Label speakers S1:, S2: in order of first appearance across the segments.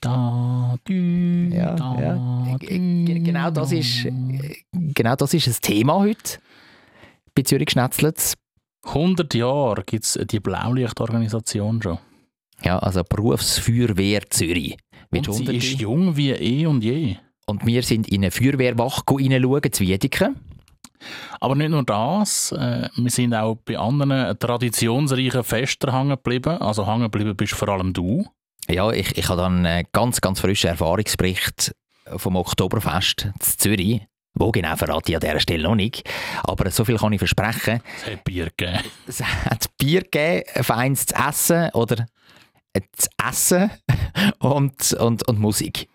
S1: da, dü,
S2: Ja,
S1: da,
S2: ja.
S1: dü,
S2: Ge- Genau das ist,
S1: da.
S2: genau das ist ein Thema heute bei Zürich Schnetzlitz.
S1: 100 Jahre gibt es die Blaulichtorganisation schon.
S2: Ja, also Berufsfeuerwehr Zürich. Mit
S1: und sie
S2: 100
S1: ist jung wie eh und je.
S2: Und wir sind in eine Feuerwehrwache hineinschauen, zu Wiedeken.
S1: Aber nicht nur das, äh, wir sind auch bei anderen traditionsreichen Festen hängen geblieben. Also hängen geblieben bist vor allem du.
S2: Ja, ich, ich habe dann einen ganz, ganz frischen Erfahrungsbericht vom Oktoberfest in Zürich. Wo genau, verrate ich an dieser Stelle noch nicht. Aber so viel kann ich versprechen.
S1: Es hat Bier gegeben.
S2: Es hat Bier gegeben, feines zu essen oder äh, zu essen und, und, und Musik.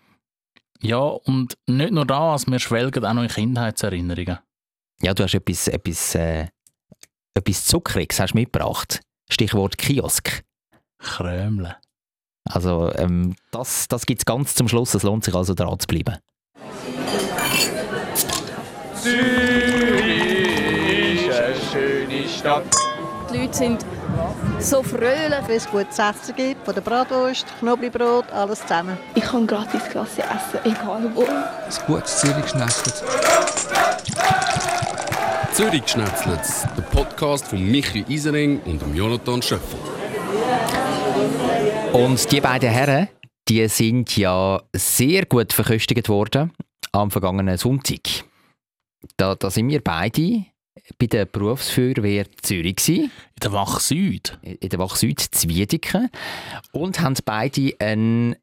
S1: Ja, und nicht nur das, wir schwelgen auch noch in Kindheitserinnerungen.
S2: Ja, du hast etwas, etwas, äh, etwas Zuckriges hast du mitgebracht. Stichwort Kiosk.
S1: Krömle.
S2: Also ähm, das, das gibt es ganz zum Schluss. Es lohnt sich also dran zu bleiben.
S3: Zürich ist eine schöne Stadt.
S4: Die Leute sind so fröhlich.
S5: Wenn es gutes Essen gibt, von der Bratwurst, Knoblauchbrot, alles zusammen.
S6: Ich kann gratis Klasse essen, egal wo.
S7: Ein gutes Zürichschnetzlitz.
S8: Zürich-Schnetzlitz, der Podcast von Michi Isering und dem Jonathan Schöffel.
S2: Und die beiden Herren, die sind ja sehr gut verköstigt worden am vergangenen Sonntag. Da, da sind wir beide bei der Berufsfeuerwehr Zürich gewesen,
S1: In der Wach Süd.
S2: in der Wach Süd Zwiedike und haben beide einen,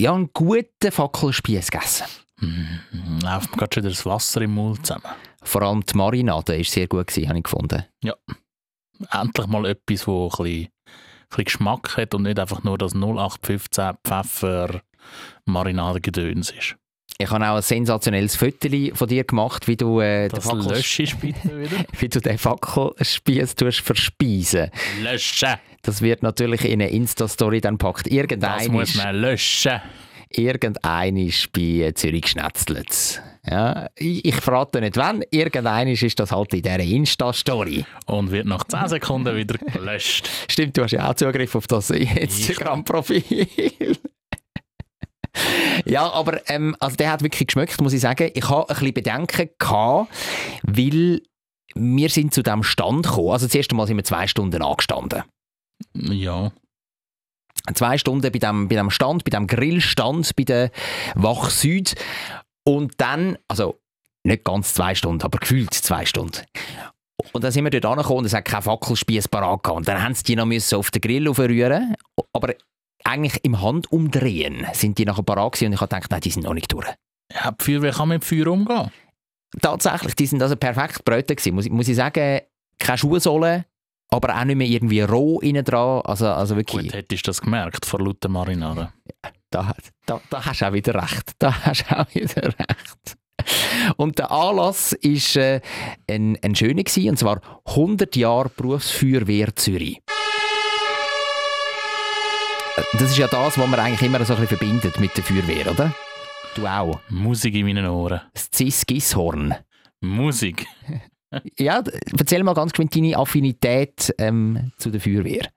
S2: ja, einen guten Fackelspieß gegessen.
S1: Mhm, Läuft mir gerade schon wieder das Wasser im Mund zusammen.
S2: Vor allem die Marinade war sehr gut, gewesen, habe ich gefunden.
S1: Endlich mal etwas, wo ein bisschen, ein bisschen Geschmack hat und nicht einfach nur das 0815 Pfeffer Marinadegedöns ist.
S2: Ich habe auch ein sensationelles Fötterli von dir gemacht, wie du, äh, den,
S1: Das
S2: Fackel,
S1: lösche ich bitte wieder.
S2: wie du den Fackelspieß tust verspeisen.
S1: löschen!
S2: Das wird natürlich in eine Insta-Story dann packt.
S1: Das
S2: Irgendein
S1: muss man löschen!
S2: ist bei Zürich Schnetzlitz. Ja, ich, ich verrate nicht wann, irgendein ist das halt in dieser Insta-Story.
S1: Und wird nach 10 Sekunden wieder gelöscht.
S2: Stimmt, du hast ja auch Zugriff auf das Instagram-Profil. ja, aber ähm, also der hat wirklich geschmeckt, muss ich sagen. Ich habe ein bisschen Bedenken, gehabt, weil wir sind zu diesem Stand gekommen. Also das erste Mal sind wir zwei Stunden angestanden.
S1: Ja.
S2: zwei Stunden bei dem, bei dem Stand, bei dem Grillstand, bei der Wach Süd. Und dann, also nicht ganz zwei Stunden, aber gefühlt zwei Stunden. Und dann sind wir dort angekommen und es hat keinen Fackelspieß parat gehabt. Und dann haben sie die noch müssen auf den Grill aufrühren Aber eigentlich im Handumdrehen sind die nachher parat gewesen und ich habe gedacht, nein, die sind noch nicht durch.
S1: Ja, die Feuerwehr kann mit Feuer umgehen.
S2: Tatsächlich, die sind also perfekt gebraten gewesen. Muss, ich- muss ich sagen, keine Schuhsohle, aber auch nicht mehr irgendwie roh innen dran. Also, also wirklich...
S1: Gut, hättest du das gemerkt vor lauter Marinade.
S2: da, da, da hast du auch wieder recht. Da hast du auch wieder recht. Und der Anlass war äh, ein, ein schöner, gewesen, und zwar 100 Jahre Berufsfeuerwehr Zürich. Das ist ja das, was man eigentlich immer so ein bisschen verbindet mit der Feuerwehr, oder? Du auch.
S1: Musik in meinen Ohren.
S2: Das Cis Gisshorn.
S1: Musik.
S2: Ja, d- erzähl mal ganz kurz deine Affinität ähm, zu der Feuerwehr.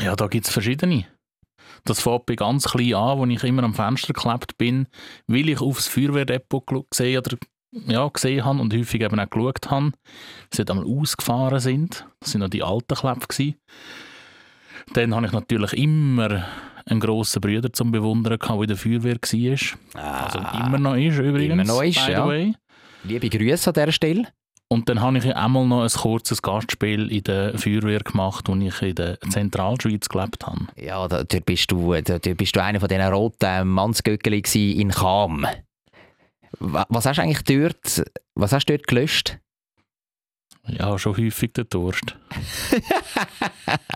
S1: Ja, da gibt es verschiedene. Das fängt bei ganz klein an, wo ich immer am Fenster geklebt bin, weil ich aufs Feuerwehrdepot gelu- gesehen, oder, ja, gesehen habe und häufig eben auch geschaut habe, dass sie einmal ausgefahren sind. Das sind noch die alten Klebe. gewesen. Dann habe ich natürlich immer einen grossen Bruder zum Bewundern, gehabt, der in der Feuerwehr war. Also immer noch ist übrigens,
S2: Ah, Immer noch ist,
S1: by the
S2: ja.
S1: way.
S2: Liebe Grüße an dieser Stelle.
S1: Und dann habe ich ja einmal noch ein kurzes Gastspiel in der Feuerwehr gemacht, wo ich in der Zentralschweiz gelebt habe.
S2: Ja, da, dort bist du, da, dort bist du einer von diesen roten Mannsgöckeli gsi in Cham. Wa- Was hast du eigentlich dort, was hast du dort gelöscht?
S1: Ja, schon häufig der Durst.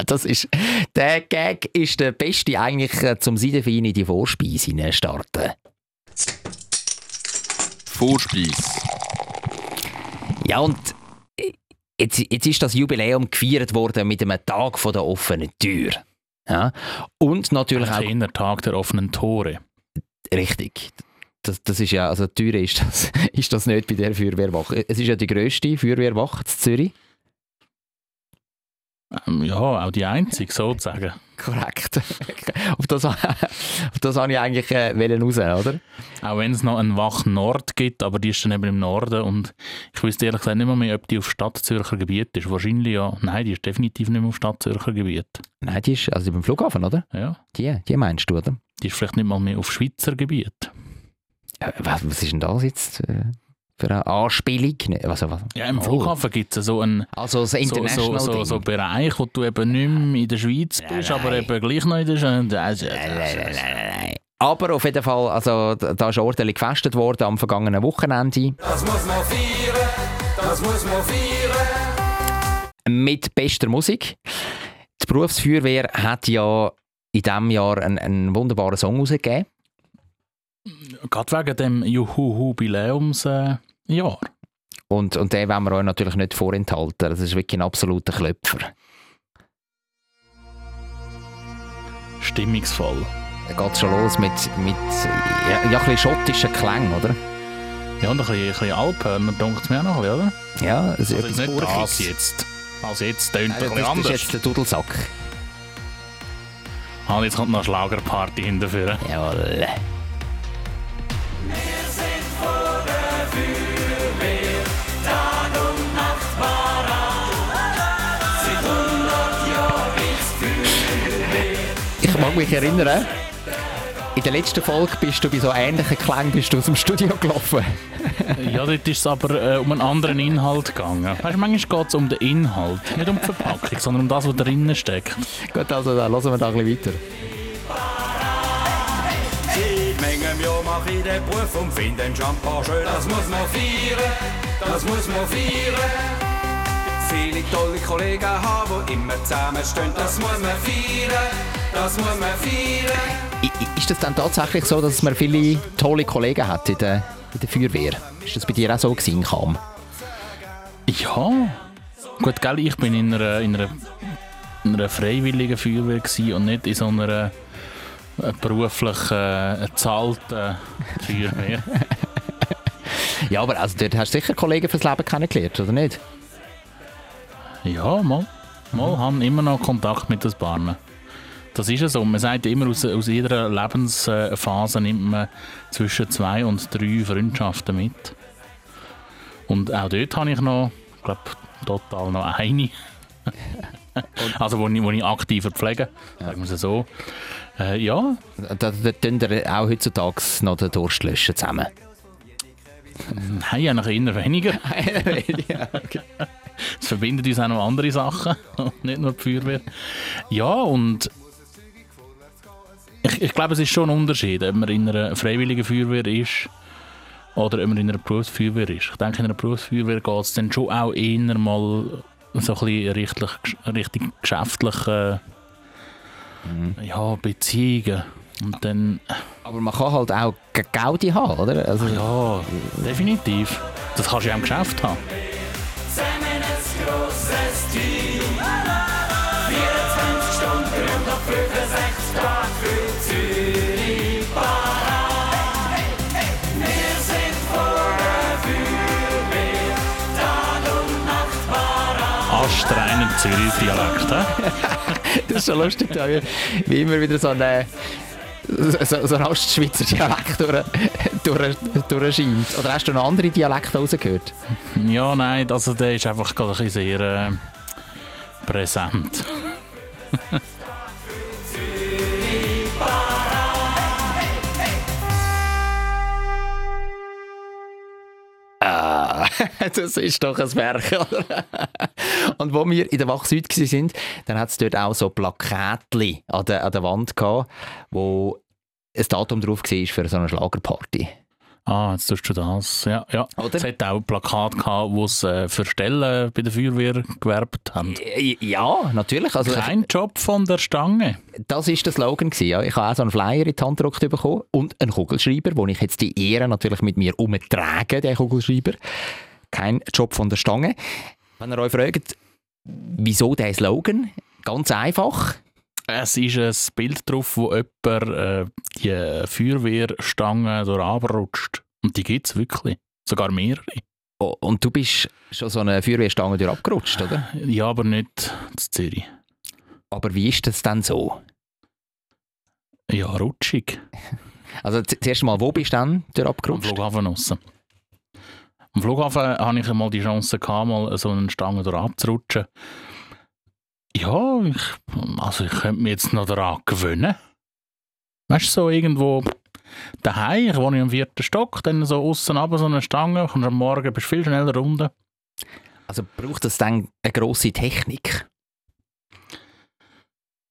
S2: Das ist, der Gag ist der beste eigentlich, äh, zum Seidenfein in die Vorspeise hinein starten.
S8: Vorspeis.
S2: Ja, und äh, jetzt, jetzt ist das Jubiläum gefeiert worden mit einem Tag von der offenen Tür. Ja? Und natürlich auch
S1: Ein kleiner Tag der offenen Tore.
S2: Richtig. Das, das ist ja, also die Türe ist das, ist das nicht bei der Feuerwehrwache. Es ist ja die grösste Feuerwehrwache in Zürich.
S1: Ähm, ja, auch die einzige sozusagen.
S2: Korrekt. auf, das, auf das wollte ich eigentlich äh, wollen raus, oder?
S1: Auch wenn es noch einen Wach Nord gibt, aber die ist dann eben im Norden und ich wüsste ehrlich gesagt nicht mehr, mehr ob die auf Stadtzürcher Gebiet ist. Wahrscheinlich ja. Nein, die ist definitiv nicht mehr auf Stadtzürcher Gebiet.
S2: Nein, die ist also beim Flughafen, oder?
S1: Ja.
S2: Die, die meinst du, oder?
S1: Die ist vielleicht nicht mal mehr auf Schweizer Gebiet.
S2: Äh, Was, was ist denn das jetzt äh, für eine Anspielung? Ne, Also, was?
S1: Ja, im
S2: Oh.
S1: Flughafen gibt es so einen
S2: Also das
S1: so,
S2: International
S1: so, so,
S2: Ding.
S1: so Bereich, wo du eben nicht mehr in der Schweiz
S2: Nein,
S1: bist,
S2: nein.
S1: aber eben gleich noch in der Schweiz. Also,
S2: Aber auf jeden Fall, also, da da ist ordentlich gefestet worden am vergangenen Wochenende. Mit bester Musik. Die Berufsfeuerwehr hat ja in diesem Jahr einen, einen wunderbaren Song rausgegeben.
S1: also. Gerade wegen dem Juhu-Jubiläums. Äh, ja,
S2: Und, und den wollen wir euch natürlich nicht vorenthalten. Das ist wirklich ein absoluter Klöpfer.
S1: stimmungsvoll.
S2: Da geht schon los mit, mit ja, ja, ein bisschen schottischen Klängen, oder?
S1: Ja, und ein bisschen, ein bisschen Alphörner, denkt es mir auch noch ein bisschen, oder?
S2: Ja, es
S1: Also
S2: ist etwas
S1: ist nicht
S2: Burchiges.
S1: das jetzt. Also jetzt tönt es
S2: Nein,
S1: ein bisschen
S2: das, das ist
S1: anders.
S2: jetzt der Dudelsack.
S1: Ah, und jetzt kommt noch eine Schlagerparty hinterher.
S2: Jawohl. Ich mag mich erinnern, in der letzten Folge bist du bei so ähnlichen Klängen bist du aus dem Studio gelaufen.
S1: ja, dort ist es aber äh, um einen anderen Inhalt gegangen. Weißt du, manchmal geht es um den Inhalt, nicht um die Verpackung, sondern um das, was drinnen steckt.
S2: Gut, also dann hören wir da ein bisschen weiter.
S9: Seit Mengem Jahr mach ich den Beruf und find den Champagner oh, schön. Das muss man feiern, das muss man feiern. Viele tolle Kollegen haben, die immer zusammenstehen. Das muss man feiern, das muss man feiern.
S2: I- i- Ist das dann tatsächlich so, dass man viele tolle Kollegen hat in der, in der Feuerwehr? Ist das bei dir auch so gewesen, Kam?
S1: Ja. Gut, gell, ich bin in einer, in einer, in einer freiwilligen Feuerwehr gsi und nicht in so einer äh, beruflich äh, bezahlten Feuerwehr.
S2: Ja, aber also dort hast du sicher Kollegen fürs Leben kennengelernt, oder nicht?
S1: ja, mal. Mal haben immer noch Kontakt mit den Barmen. Das ist ja so. Man sagt immer, aus, aus jeder Lebensphase nimmt man zwischen zwei und drei Freundschaften mit. Und auch dort habe ich noch, ich glaube, total noch eine. also, wo ich, wo ich aktiver pflege, sagen wir es so. Äh, ja,
S2: Da, da, da tun ihr auch heutzutage noch den Durst löschen zusammen.
S1: nein, ja, noch eher weniger. Es verbindet uns auch noch andere Sachen, nicht nur die Feuerwehr. Ja, und ich, ich glaube, es ist schon ein Unterschied, ob man in einer freiwilligen Feuerwehr ist oder ob man in einer Berufsfeuerwehr ist. Ich denke, in einer Berufsfeuerwehr geht es dann schon auch eher mal so ein bisschen richtig, richtig geschäftliche ja, Beziehungen. Und dann,
S2: aber man kann halt auch G- Gaudi haben, oder? Also,
S1: ja, Oh, definitiv. Das kannst du ja auch im Geschäft haben. Anstrengend Zürich-Dialekt, hä?
S2: Das ist schon lustig, da wie, wie immer wieder so ein so, so ein Ostschweizer Dialekt durch, durch, durchscheint. Oder hast du noch andere Dialekte rausgehört?
S1: Ja, nein, also der ist einfach gerade ein bisschen sehr äh, präsent.
S2: Ah, das ist doch ein Werk, oder? Und wo wir in der Wach Süd gsi sind, dann hat es dort auch so Plakatli an der, an der Wand gehabt, wo ein Datum drauf war für so eine Schlagerparty.
S1: Ah, jetzt tust du das. Ja, ja.
S2: Oder?
S1: Es hat auch ein Plakat gehabt, wo es äh, für Stellen bei der Feuerwehr gewerbt haben.
S2: Ja, natürlich. Also
S1: Kein Job von der Stange.
S2: das ist der Slogan gewesen, ja. Ich habe auch so einen Flyer in die Hand gedruckt bekommen und einen Kugelschreiber, wo ich jetzt die Ehre natürlich mit mir umtrage, den Kugelschreiber. Kein Job von der Stange. Wenn ihr euch fragt, wieso der Slogan? Ganz einfach.
S1: Es ist ein Bild drauf, wo jemand äh, die Feuerwehrstange durchabrutscht. Und die gibt es wirklich. Sogar mehrere.
S2: Oh, und du bist schon so eine Feuerwehrstange durch abgerutscht, oder?
S1: Ja, aber nicht in Zürich.
S2: Aber wie ist das denn so?
S1: Ja, rutschig.
S2: Also z- zuerst mal, wo bist du denn der
S1: Am
S2: abgerutscht?
S1: Flughafen aussen. Am Flughafen hatte ich mal die Chance, gehabt, mal so einen Stange da abzurutschen. Ja, ich, also ich könnte mich jetzt noch daran gewöhnen. Weißt du, so irgendwo daheim, ich wohne im vierten Stock, dann so außen runter so eine Stange, kommst am Morgen, bist viel schneller runter.
S2: Also braucht das dann eine grosse Technik?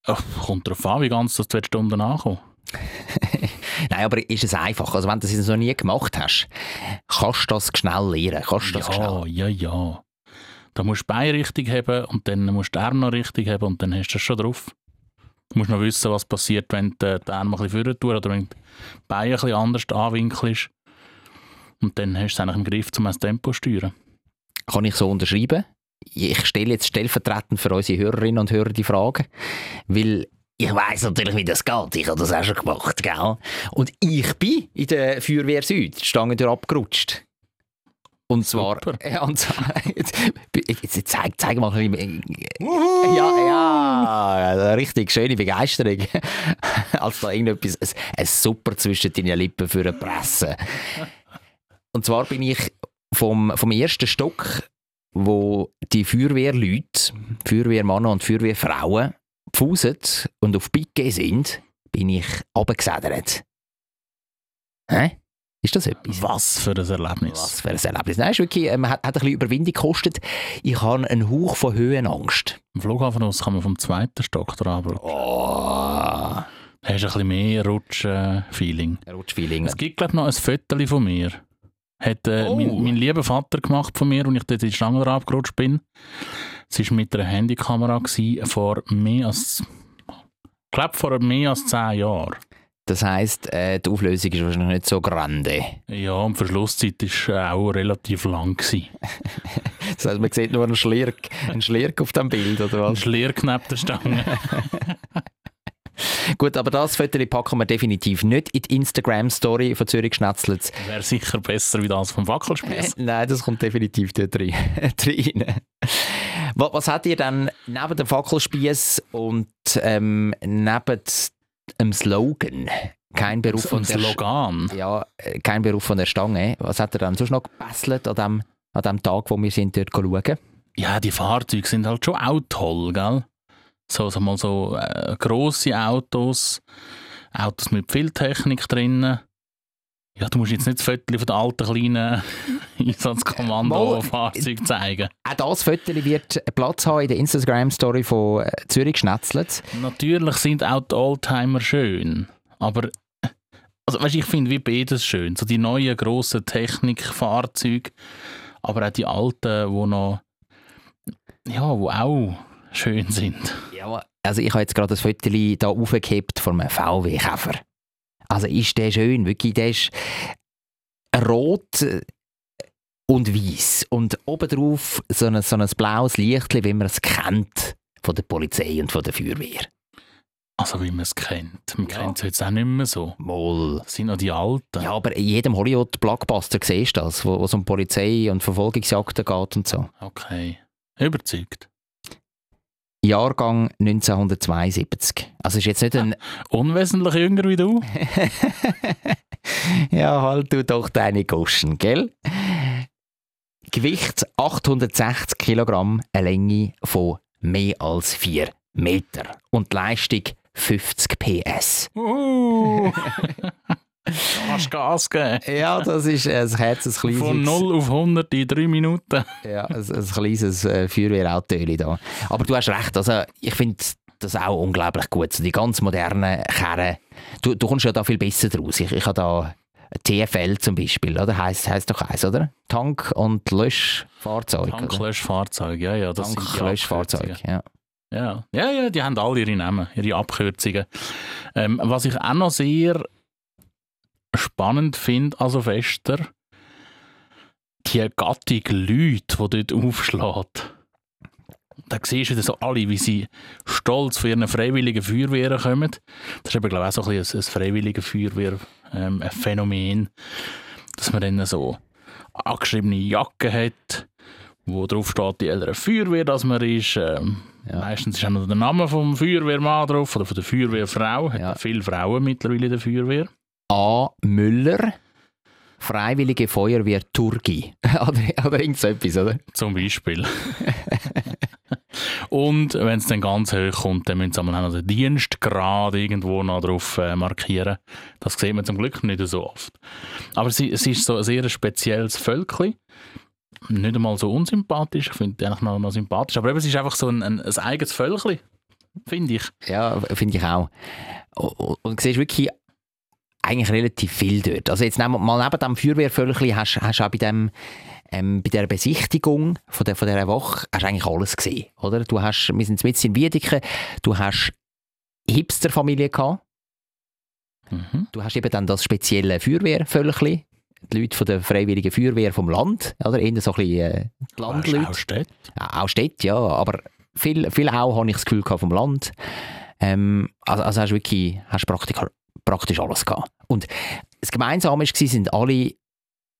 S1: Ach, kommt drauf an, wie ganz das zwei Stunden ankommt.
S2: Nein, aber ist es einfach? Also wenn du das jetzt noch nie gemacht hast, kannst du das schnell lernen? Kannst du das genau?
S1: Ja,
S2: schnell?
S1: ja, ja. Da musst du die Beine richtig haben und dann musst du die Arme noch richtig haben und dann hast du das schon drauf. Du musst noch wissen, was passiert, wenn du die Arme ein bisschen vorne tust oder wenn du die Beine ein bisschen anders anwinkelst. Und dann hast du es eigentlich im Griff, um das Tempo zu steuern.
S2: Kann ich so unterschreiben? Ich stelle jetzt stellvertretend für unsere Hörerinnen und Hörer die Frage, weil ich weiß natürlich, wie das geht. Ich habe das auch schon gemacht, gell? Und ich bin in der Feuerwehr Süd, die Stange durch abgerutscht. Und zwar...
S1: Super.
S2: Ja, und zwar jetzt, jetzt, jetzt zeig, zeig mal ein bisschen... Ja, ja, also richtig schöne Begeisterung. Als da irgendetwas, ein, ein Super zwischen deinen Lippen für eine Presse. Und zwar bin ich vom, vom ersten Stock, wo die Feuerwehrleute, Feuerwehrmänner und Feuerwehrfrauen, pfusen und auf Piquet sind, bin ich runtergesedert. Hä? Ist das etwas?
S1: Was für ein Erlebnis.
S2: Was für ein Erlebnis. Nein, ist wirklich, ähm, hat, hat ein bisschen Überwindung gekostet. Ich habe einen Hauch von Höhenangst.
S1: Im Flughafen aus kann man vom zweiten Stock dran rutschen.
S2: Oh,
S1: Da hast du ein bisschen mehr Rutschen-Feeling.
S2: Rutschfeeling.
S1: Es gibt, glaube ich, noch ein Foto von mir. Hat äh,
S2: Oh.
S1: mein, mein lieber Vater gemacht von mir, als ich dort in die Schlange abgerutscht bin. Es war mit einer Handykamera gewesen, vor mehr als. Ich glaube, vor mehr als 10 Jahren.
S2: Das heisst, äh, die Auflösung ist wahrscheinlich nicht so grande.
S1: Ja, und die Verschlusszeit war äh, auch relativ lang. Gewesen.
S2: Das heisst, man sieht nur einen Schlirk, einen Schlirk auf dem Bild, oder
S1: Ein
S2: was?
S1: Schlier knapp der Stange.
S2: Gut, aber das Foto packen wir definitiv nicht in die Instagram-Story von Zürich Schnetzlitz.
S1: Wäre sicher besser wie das vom Wackelspieß.
S2: Nein, das kommt definitiv dort rein. rein. Was, was habt ihr dann neben dem Fackelspieß und ähm, neben dem Slogan? Kein Beruf
S1: Auf
S2: von
S1: dem
S2: der Sch-
S1: Slogan.
S2: Ja, äh, kein Beruf von der Stange. Was hat er dann sonst noch gebasselt an dem, an dem Tag, wo wir sind dort schauen?
S1: Ja, die Fahrzeuge sind halt schon auch toll, gell? So, so mal so äh, grosse Autos, Autos mit viel Technik drinnen. Ja, du musst jetzt nicht das Viertel von den alten kleinen
S2: Mal,
S1: Einsatzkommando-Fahrzeugen zeigen.
S2: Auch das Foto wird Platz haben in der Instagram-Story von äh, Zürich Schnetzlitz.
S1: Natürlich sind auch die Oldtimer schön, aber also, weißt, ich finde wie beides schön. So die neuen grossen Technikfahrzeuge, aber auch die alten, die noch ja, wo auch schön sind.
S2: Ja, also ich habe jetzt gerade das Foto hier aufgehebt von einem VW-Käfer. Also ist der schön, wirklich, der ist rot äh, und weiß und obendrauf so ein, so ein blaues Licht, wie man es kennt von der Polizei und von der Feuerwehr.
S1: Also wie man es kennt. Man
S2: Ja.
S1: kennt es jetzt auch nicht mehr so.
S2: Moll.
S1: Das sind noch die Alten.
S2: Ja, aber in jedem Hollywood-Blockbuster siehst du das, wo wo es um Polizei und Verfolgungsjagden geht und so.
S1: Okay. Überzeugt.
S2: Jahrgang 1972. Also ist jetzt nicht ein...
S1: Unwesentlich jünger wie du?
S2: ja, halt du doch deine Goschen, gell? Gewicht 860 Kilogramm, eine Länge von mehr als 4 Meter und die Leistung 50 PS.
S1: Uh. Kannst Gas geben.
S2: Ja, das ist ein herzes
S1: Von 0 auf 100 in 3 Minuten.
S2: Ja, ein, ein kleines äh, Feuerwehrautöli da. Aber du hast recht, also ich finde das auch unglaublich gut. So die ganz modernen Kerren, du, du kommst ja da viel besser draus. Ich, ich habe da TFL zum Beispiel, oder? Heißt heißt doch eins, oder? Tank- und Löschfahrzeug. oder?
S1: Tanklöschfahrzeug, ja, ja. Das sind die
S2: Tanklöschfahrzeug,
S1: Abkürzungen.
S2: ja.
S1: Ja. ja, ja, die haben alle ihre Namen, ihre Abkürzungen. Ähm, was ich auch noch sehr spannend finde, also Fester, die Gattung Leute, die dort aufschlägt. Da siehst du wieder so alle, wie sie stolz von ihren freiwilligen Feuerwehren kommen. Das ist eben, glaube ich, auch so ein, bisschen ein, ein freiwilliger ähm, Feuerwehr-Phänomen, dass man dann so angeschriebene Jacken hat, wo drauf steht, die ältere Feuerwehr, dass man ist. Ähm,
S2: Ja.
S1: Meistens ist auch noch der Name vom Feuerwehrmann drauf oder von der Feuerwehrfrau. Hat
S2: Ja.
S1: ja. viele Frauen mittlerweile in der Feuerwehr.
S2: A. Müller, Freiwillige Feuerwehr Turgi. oder oder irgend so etwas, oder?
S1: Zum Beispiel. Und wenn es dann ganz hoch kommt, dann müssen sie einmal noch den Dienstgrad irgendwo noch drauf äh, markieren. Das sieht man zum Glück nicht so oft. Aber sie, es ist so ein sehr spezielles Völkli. Nicht einmal so unsympathisch, ich finde die eigentlich noch, noch sympathisch. Aber eben, es ist einfach so ein, ein, ein eigenes Völkli, finde ich.
S2: Ja, finde ich auch. Und, und du siehst wirklich eigentlich relativ viel dort. Also jetzt nehmen wir mal neben dem Feuerwehrvölkchen hast hast du auch bei, dem, ähm, bei der Besichtigung von der, von dieser Woche hast du eigentlich alles gesehen, oder? Du hast, wir sind jetzt in Wiedeken, du hast Hipsterfamilie gehabt,
S1: Mhm.
S2: du hast eben dann das spezielle Feuerwehrvölkchen, die Leute von der Freiwilligen Feuerwehr vom Land, oder? Eher so ein bisschen äh, die Landleute.
S1: Auch steht.
S2: Ja, auch Städte, ja, aber viel, viel auch habe ich das Gefühl gehabt vom Land. Ähm, also, also hast du wirklich hast praktisch, praktisch alles gehabt. Und das Gemeinsame war, sind alle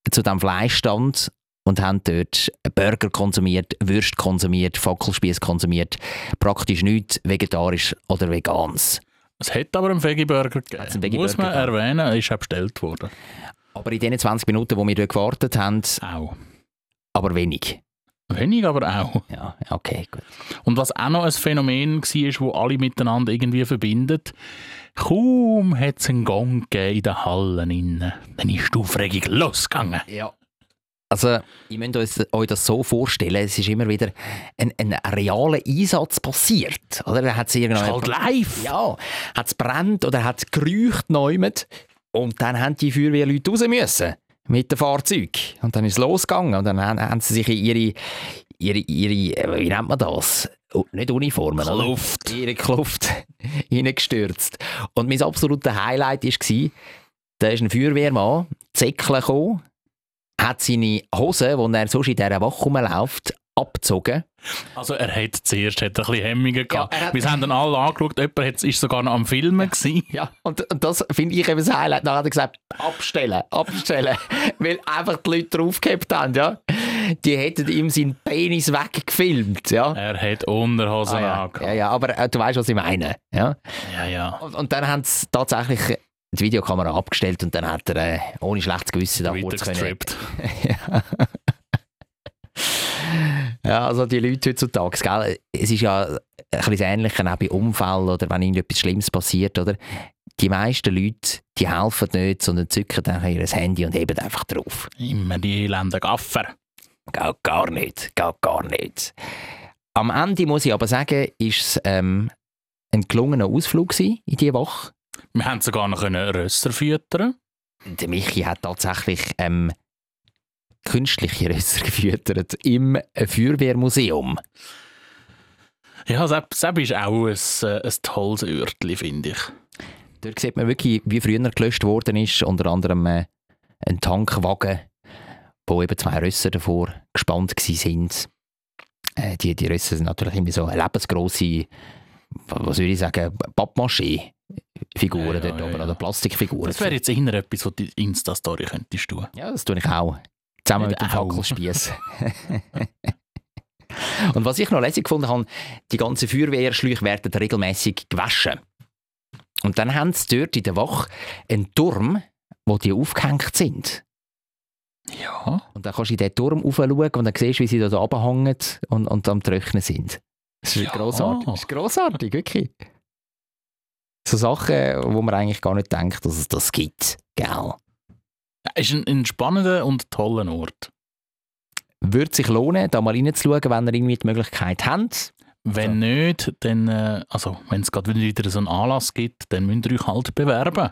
S2: zu diesem Fleischstand und haben dort Burger konsumiert, Würst konsumiert, Fackelspieß konsumiert, praktisch nichts vegetarisch oder vegans.
S1: Es hätte aber einen Veggie-Burger
S2: Hat's einen
S1: gegeben.
S2: Veggie-Burger
S1: Muss man erwähnen, er ist auch bestellt worden.
S2: Aber in den 20 Minuten, wo wir dort gewartet haben,
S1: Auch.
S2: aber wenig.
S1: Wenig, aber auch.
S2: Ja, okay, gut.
S1: Und was auch noch ein Phänomen war, wo alle miteinander irgendwie verbindet, kaum hat es einen Gong gegeben in den Hallen innen. Dann ist die Aufregung losgegangen.
S2: Ja. Also, ihr müsst euch, euch das so vorstellen, es ist immer wieder ein, ein realer Einsatz passiert. Oder? Da hat's
S1: Ist halt
S2: irgendwann
S1: live.
S2: ja, hat es brennt oder hat es gerücht neumet und dann haben die Feuerwehrleute raus müssen mit dem Fahrzeug. Und dann ist es losgegangen und dann haben, haben sie sich in ihre, ihre, ihre, äh, wie nennt man das? Oh, Nicht Uniformen, oder?
S1: Kluft.
S2: Ihre Kluft hineingestürzt. Und mein absolutes Highlight war, da ist ein Feuerwehrmann, Zäckle gekommen, hat seine Hose, die er sonst in dieser Woche rumläuft, abgezogen.
S1: Also er hat zuerst hat er ein bisschen Hemmungen gehabt.
S2: Ja, er hat-
S1: Wir haben dann alle angeschaut, jemand hat's- ist sogar noch am Filmen. Ja.
S2: Ja, und, und das finde ich eben das Highlight. Dann hat er gesagt, abstellen, abstellen. Weil einfach die Leute draufgehabt haben, ja. Die hätten ihm seinen Penis weggefilmt, ja.
S1: Er hat Unterhosen
S2: Ah, ja. ja,
S1: angehabt.
S2: ja, aber äh, du weißt, was ich meine. Ja?
S1: Ja, ja.
S2: Und, und dann haben sie tatsächlich die Videokamera abgestellt und dann hat er äh, ohne schlechtes Gewissen da
S1: Wieder
S2: kurz können.
S1: gestrippt.
S2: Ja, also die Leute heutzutage, gell? es ist ja ein bisschen das Ähnliche auch bei Unfällen oder wenn irgendetwas Schlimmes passiert, oder? Die meisten Leute, die helfen nicht, sondern zücken dann ihr Handy und heben einfach drauf.
S1: Immer die elenden Gaffer.
S2: Geht gar nicht, geht gar nicht. Am Ende muss ich aber sagen, ist es ähm, ein gelungener Ausflug gewesen in dieser Woche.
S1: Wir haben sogar noch können Rösser füttern.
S2: Der Michi hat tatsächlich ähm, künstliche Rösser gefüttert im Feuerwehrmuseum.
S1: Ja, Sepp, Sepp ist auch ein, äh, ein tolles Örtli, finde ich.
S2: Dort sieht man wirklich, wie früher gelöscht worden ist, unter anderem äh, ein Tankwagen, wo eben zwei Rösser davor gespannt waren. Äh, die, die Rösser sind natürlich immer so lebensgrosse, was würde ich sagen, Pappmaché-Figuren
S1: Ja, ja,
S2: dort
S1: ja,
S2: oben
S1: ja.
S2: oder Plastikfiguren.
S1: Das wäre jetzt eher etwas, was du in die Insta-Story könntest tun.
S2: Ja, das tue ich auch. Zusammen mit
S1: Nicht
S2: dem
S1: auch.
S2: Fackelspieß. Und was ich noch lässig gefunden habe, die ganzen Feuerwehrschläuche werden regelmäßig gewaschen. Und dann haben sie dort in der Wache einen Turm, wo die aufgehängt sind.
S1: Ja.
S2: Und dann kannst du in diesen Turm raufschauen und dann siehst du, wie sie da so runterhängen und, und am Trocknen sind. Das ist
S1: Ja.
S2: grossartig. Das ist grossartig, wirklich. So Sachen, wo man eigentlich gar nicht denkt, dass es das gibt. Gell?
S1: Ist ein, ein spannender und toller Ort.
S2: würde sich lohnen, da mal reinzuschauen, wenn ihr irgendwie die Möglichkeit habt.
S1: Wenn nicht, dann, äh, also wenn es gerade wieder so einen Anlass gibt, dann müsst ihr euch halt bewerben.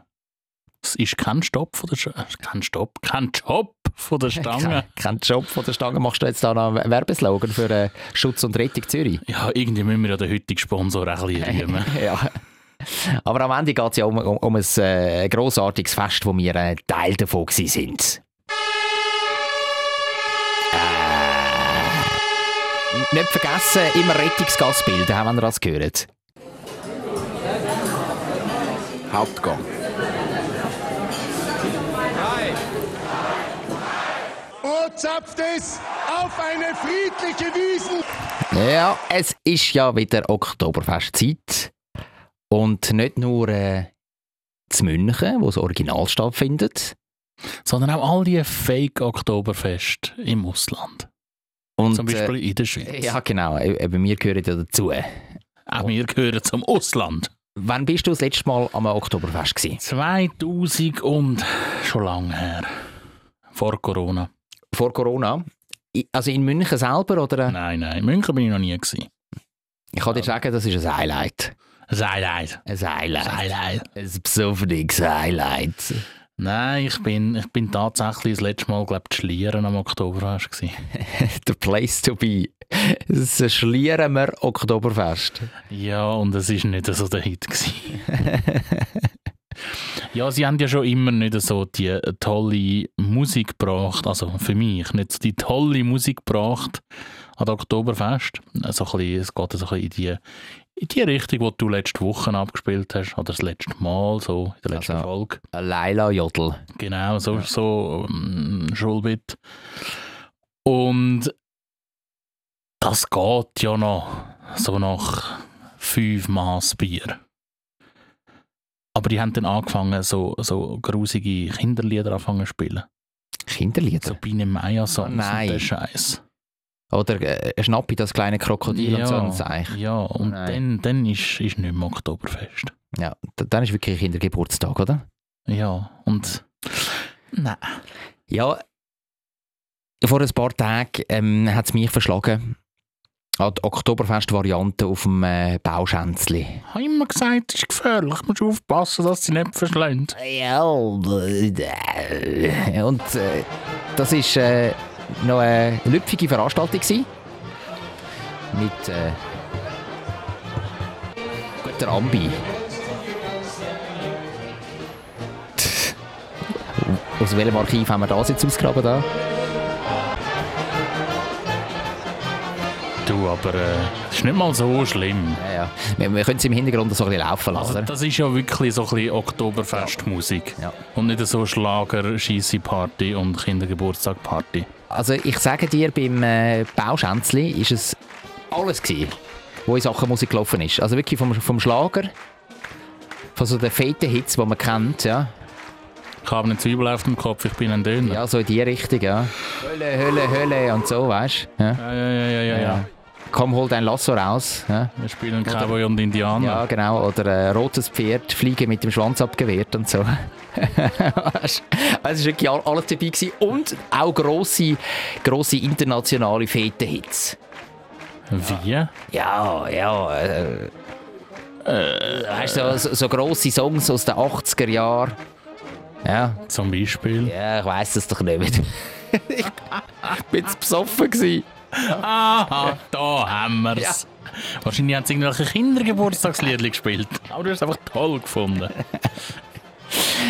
S1: Es ist kein Stopp von der Sch äh, kein Stopp, kein Job von der
S2: Kein,
S1: Stange.
S2: kein Job von der Stange machst du jetzt da noch einen Werbeslogan für äh, Schutz und Rettung Zürich.
S1: Ja, irgendwie müssen wir ja den heutigen Sponsor auch ein bisschen rühmen.
S2: ja. Aber am Ende geht es ja um, um, um ein äh, grossartiges Fest, wo wir äh, Teil davon gewesen sind. Äh, nicht vergessen, immer Rettungsgas bilden, auch wenn ihr das gehört.
S8: Hauptgang.
S3: Und zapft es! auf eine friedliche Wiesen.
S2: Ja, es ist ja wieder Oktoberfestzeit. Und nicht nur äh, zu München, wo das Original stattfindet.
S1: Sondern auch all die Fake-Oktoberfest im Ausland.
S2: Und,
S1: Zum Beispiel in der Schweiz.
S2: Äh, ja, genau. e- Eben, wir gehören ja dazu.
S1: Auch wir gehören zum Ausland.
S2: Wann bist du das letzte Mal am Oktoberfest? Gewesen?
S1: 2000 und schon lange her. Vor Corona.
S2: Vor Corona? I- Also in München selber? Oder?
S1: Nein, nein. In München bin ich noch nie. Gewesen.
S2: Ich kann dir sagen, das ist ein Highlight.
S1: Ein Highlight.
S2: Ein Highlight.
S1: Ein Highlight.
S2: Ein besoffenes Highlight.
S1: Nein, ich bin, ich bin tatsächlich das letzte Mal, glaube ich, Schlieren am Oktoberfest. Gewesen.
S2: The place to be. Das schlieren wir Oktoberfest.
S1: Ja, und es war nicht so der Hit. gewesen. ja, sie haben ja schon immer nicht so die äh, tolle Musik gebracht, also für mich, nicht so die tolle Musik gebracht an das Oktoberfest. Also ein bisschen, es geht so ein bisschen in die, in die Richtung, die du letzte Woche abgespielt hast, oder das letzte Mal, so in der letzten
S2: Also-
S1: Folge.
S2: Laila Jodl.
S1: Genau, so, so ähm, Schulbit. Und das geht ja noch so nach fünf Maß Bier. Aber die haben dann angefangen, so, so grusige Kinderlieder anfangen zu spielen.
S2: Kinderlieder.
S1: So Biene Meier Songs
S2: Oh nein.
S1: und der Scheiß.
S2: Oder äh, Schnappi, das kleine Krokodil und so ein Zeichen.
S1: ja, und
S2: Nein.
S1: dann, dann ist, ist nicht mehr Oktoberfest.
S2: Ja, d- dann ist wirklich Kindergeburtstag, oder?
S1: Ja, und nein.
S2: Ja. Vor ein paar Tagen ähm, hat es mich verschlagen. An die Oktoberfest-Variante auf dem äh, Bauschänzli.
S1: Ich habe immer gesagt, es ist gefährlich, musst aufpassen, dass sie nicht verschlägt.
S2: Ja, und äh, das war äh, noch eine lüpfige Veranstaltung. Gewesen. Mit äh, guter Ambi. Aus welchem Archiv haben wir das jetzt ausgraben? Da?
S1: Du, aber äh, es ist nicht mal so schlimm.
S2: Ja, ja. Wir, wir können es im Hintergrund so ein bisschen laufen lassen.
S1: Also,
S2: oder?
S1: das ist ja wirklich so ein bisschen Oktoberfestmusik.
S2: Ja.
S1: Und nicht so schlager scheisse party und Kindergeburtstagparty.
S2: Also ich sage dir, beim äh, Bauschänzli ist es alles gewesen, wo in Sachen Musik gelaufen ist. Also wirklich vom, vom Schlager, von so den fetten Hits, die man kennt, ja.
S1: Ich habe eine Zwiebel auf dem Kopf, ich bin ein Döner.
S2: Ja, so in die Richtung, ja. Hölle, Hölle, Hölle und so, weißt du. Ja.
S1: Ja, ja, ja, ja, ja. ja.
S2: Komm, hol dein Lasso raus, ja.
S1: Wir spielen Cowboy und Indianer.
S2: Ja, genau. Oder äh, rotes Pferd, Fliege mit dem Schwanz abgewehrt und so. Weisst du, also es war wirklich all- alles dabei. Gewesen. Und auch grosse, grosse internationale Fete-Hits.
S1: Wie?
S2: Ja, ja. Äh, weißt du, so, so grosse Songs aus den 80er Jahren. Ja,
S1: Zum Beispiel.
S2: ja ich weiss das doch nicht mehr. ich bin zu besoffen. Gewesen.
S1: Aha, da haben wir es. Wahrscheinlich haben sie irgendwelche Kindergeburtstagslieder gespielt. Aber du hast es einfach toll gefunden.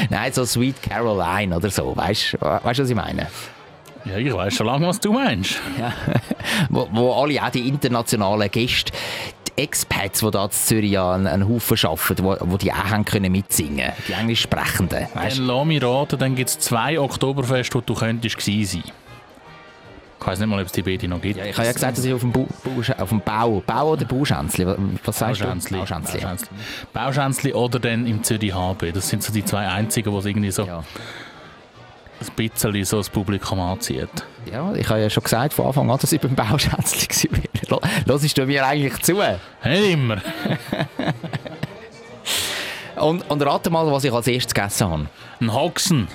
S2: Nein, so Sweet Caroline oder so. Weißt du, weißt, du, was ich meine?
S1: Ja, ich weiß schon lange, was du meinst.
S2: wo, wo alle auch die internationalen Gäste, die Expats, die da in Zürich ja einen, einen Haufen arbeiten, wo, wo die auch haben können mitsingen die Englischsprechenden. Weißt?
S1: Dann lass mich raten, dann gibt es zwei Oktoberfest, wo du könntest gewesen sein. Ich weiss nicht mal, ob es die beiden noch gibt.
S2: Ja, ich habe ja gesagt, dass ich auf dem, Bau, Bau, auf dem Bau, Bau oder Bauschänzli, was- was sagst
S1: Bauschänzli.
S2: du? Bauschänzli.
S1: Bauschänzli. Bauschänzli oder dann im Zürich HB. Das sind so die zwei einzigen, die irgendwie so
S2: Ja.
S1: ein bisschen so das Publikum anzieht.
S2: ja, ich habe ja schon gesagt von Anfang an, dass ich beim Bauschänzli war. Hörst du mir eigentlich zu?
S1: Nicht immer.
S2: Und, und rate mal, was ich als erstes gegessen habe.
S1: Ein Hoxen.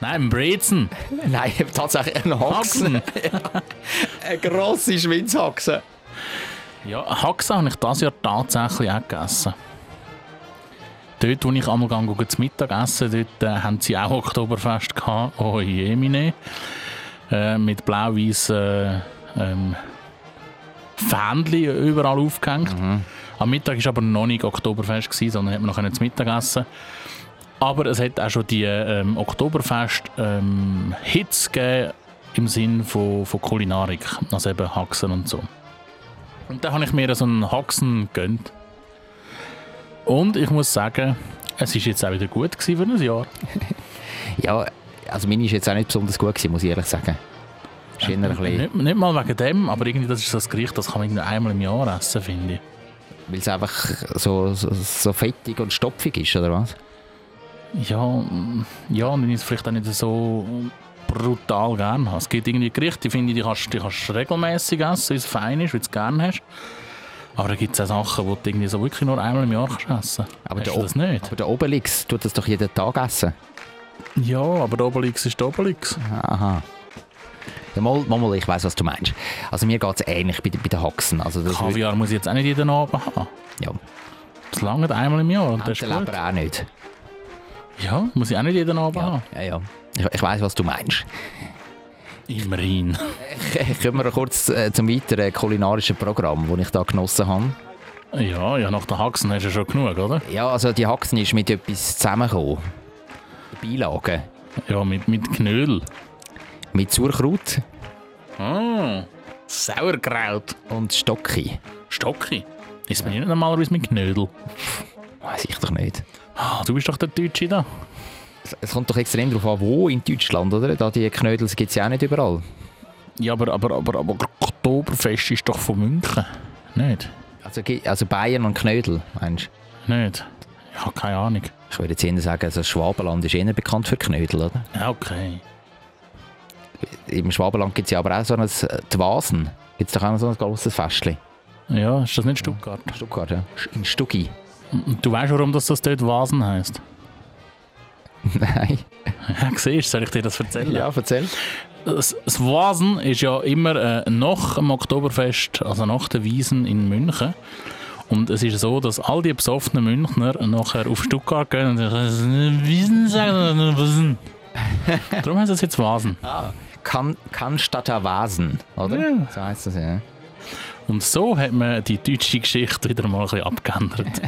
S1: Nein, ein Brezen.
S2: Nein, tatsächlich ein Haxen. Eine grosse Schwinzhaxe.
S1: Ja, Haxen habe ich dieses Jahr tatsächlich auch gegessen. Dort, wo ich einmal gegangen bin, zu Mittag essen, dort äh, haben sie auch Oktoberfest gehabt. Oh je, meine. Äh, mit blau weißen ähm, Fähnchen überall aufgehängt. Am Mittag war aber noch nicht Oktoberfest, gewesen, sondern hat man noch können zu Mittag essen Aber es hat auch schon die ähm, Oktoberfest-Hits gegeben im Sinn von, von Kulinarik. Also eben Haxen und so. Und dann habe ich mir so einen Haxen gegönnt. Und ich muss sagen, es ist jetzt auch wieder gut gewesen für ein Jahr.
S2: Ja, also meine war jetzt auch nicht besonders gut, gewesen, muss ich ehrlich sagen. Ist eher ein bisschen,
S1: Nicht, nicht mal wegen dem, aber irgendwie das ist so ein Gericht, das kann man irgendwie einmal im Jahr essen, finde ich.
S2: weil es einfach so, so, so fettig und stopfig ist, oder was?
S1: Ja, mm, ja, und dann ist es vielleicht auch nicht so brutal gern habe. Es gibt irgendwie Gerichte, die finde ich, die kannst die kannst du regelmäßig essen, weil es fein ist, weil du es gern hast. Aber da gibt es auch Sachen, die du irgendwie so wirklich nur einmal im Jahr kannst essen kannst.
S2: Aber
S1: hast
S2: der
S1: du
S2: O-
S1: das nicht?
S2: Aber der Obelix tut das doch jeden Tag essen.
S1: Ja, aber der Obelix ist der Obelix.
S2: Aha. Ja, mal, mal, mal, ich weiß, was du meinst. Also mir geht es ähnlich bei, den- bei den Haxen. Also das würde-
S1: Kaviar muss ich jetzt auch nicht jeden Abend haben.
S2: Ja,
S1: Das lange einmal im Jahr und das ist
S2: der
S1: gut.
S2: Leber auch nicht.
S1: Ja, muss ich auch nicht jeden Abend
S2: Ja,
S1: haben.
S2: ja, ja. Ich, ich weiß, was du meinst.
S1: Immerhin.
S2: Kommen wir kurz äh, zum weiteren kulinarischen Programm, das ich da genossen habe.
S1: Ja, ja, nach den Haxen hast du schon genug, oder?
S2: Ja, also die Haxen ist mit etwas zusammengekommen. Beilagen.
S1: Ja, mit, mit Knödel.
S2: Mit Sauerkraut
S1: Ah, Sauerkraut.
S2: und Stocki.
S1: Stocki. Ist man nicht normalerweise mit Knödel?
S2: Weiß ich doch nicht.
S1: Ah, du bist doch der Deutsche da.
S2: Es- Es kommt doch extrem darauf an, wo in Deutschland, oder? Da die Knödel gibt es ja auch nicht überall.
S1: Ja, aber, aber, aber, aber Oktoberfest ist doch von München. Nicht?
S2: Also, gi- also Bayern und Knödel, meinst du?
S1: Nicht? Ja, keine Ahnung.
S2: Ich würde jetzt eher sagen, also das Schwabenland ist eher bekannt für Knödel, oder?
S1: Ja, Ah, okay.
S2: Im Schwabenland gibt es ja aber auch so ein äh, die Vasen. Gibt es doch auch noch so ein grosses Festchen.
S1: Ja, ist das nicht Stuttgart?
S2: Stuttgart, ja? Sch- In Stuggi.
S1: Und Du weißt, warum das, das dort Vasen heisst?
S2: Nein.
S1: Ja, siehst du, soll ich dir das erzählen?
S2: erzähl.
S1: Das, das Vasen ist ja immer äh, nach dem Oktoberfest, also nach der Wiesen in München. Und es ist so, dass all die besoffenen Münchner nachher auf Stuttgart gehen und sagen, Wiesen sagen, sondern Vasen. Darum heißt es jetzt Vasen.
S2: Kann, Cannstatter Vasen, oder?
S1: Ja.
S2: So heisst das, ja.
S1: Und so hat man die deutsche Geschichte wieder mal ein bisschen abgeändert.